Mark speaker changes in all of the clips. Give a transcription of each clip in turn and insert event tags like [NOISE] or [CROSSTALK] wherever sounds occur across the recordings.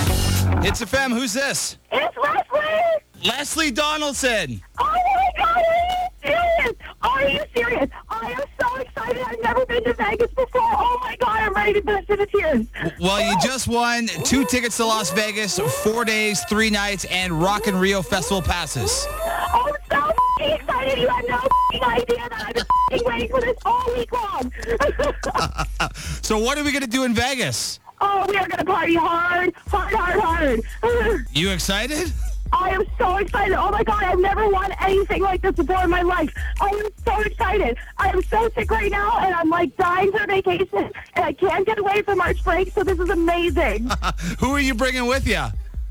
Speaker 1: It's a fam. Who's this?
Speaker 2: It's Leslie.
Speaker 1: Leslie Donaldson.
Speaker 2: Oh my God, are you serious? Are you serious? I am so excited. I've never been to Vegas before. Oh my God, I'm ready to burst into tears.
Speaker 1: Well, you just won two tickets to Las Vegas, four days, three nights, and Rock and Rio Festival passes.
Speaker 2: I'm so f***ing excited. You have no f***ing idea that I've been f***ing waiting for this all week long. [LAUGHS]
Speaker 1: So what are we going to do in Vegas?
Speaker 2: oh, we are going to party hard, hard, hard, hard. [LAUGHS]
Speaker 1: You excited? [LAUGHS]
Speaker 2: I am so excited. Oh my God, I've never won anything like this before in my life. I am so excited. I am so sick right now and I'm like dying for vacation and I can't get away for March break, so this is amazing.
Speaker 1: Who are you bringing with you?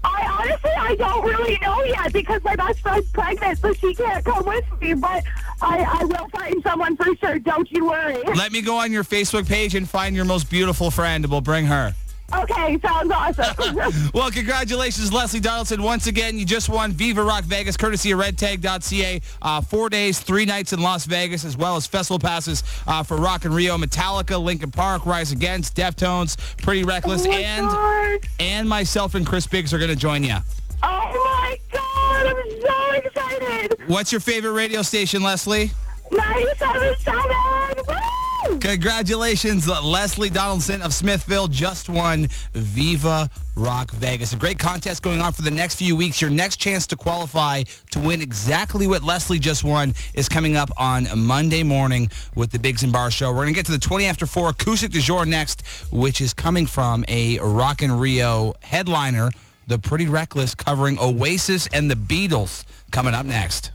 Speaker 2: I honestly, I don't really know yet because my best friend's pregnant, so she can't come with me, but I, I will find someone for sure. Don't you worry.
Speaker 1: Let me go on your Facebook page and find your most beautiful friend. We'll bring her.
Speaker 2: Okay, sounds awesome. [LAUGHS]
Speaker 1: Well, congratulations, Leslie Donaldson. Once again, you just won Viva Rock Vegas, courtesy of redtag.ca. Uh, four days, three nights in Las Vegas, as well as festival passes uh, for Rock and Rio, Metallica, Linkin Park, Rise Against, Deftones, Pretty Reckless,
Speaker 2: oh my
Speaker 1: and
Speaker 2: God.
Speaker 1: and myself and Chris Biggs are going to join you.
Speaker 2: Oh my God, I'm so excited.
Speaker 1: What's your favorite radio station, Leslie?
Speaker 2: 977! Woo!
Speaker 1: Congratulations, Leslie Donaldson of Smithville just won Viva Rock Vegas. A great contest going on for the next few weeks. Your next chance to qualify to win exactly what Leslie just won is coming up on Monday morning with the Biggs and Bar Show. We're going to get to the 20 after 4 acoustic du jour next, which is coming from a Rock and Rio headliner, The Pretty Reckless, covering Oasis and the Beatles. Coming up next.